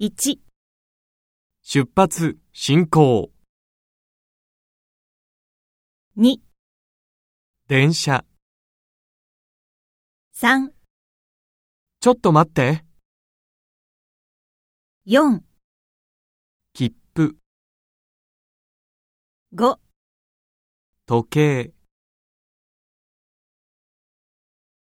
1、出発、進行、 2、電車。 3、ちょっと待って、 4、切符、 5時計。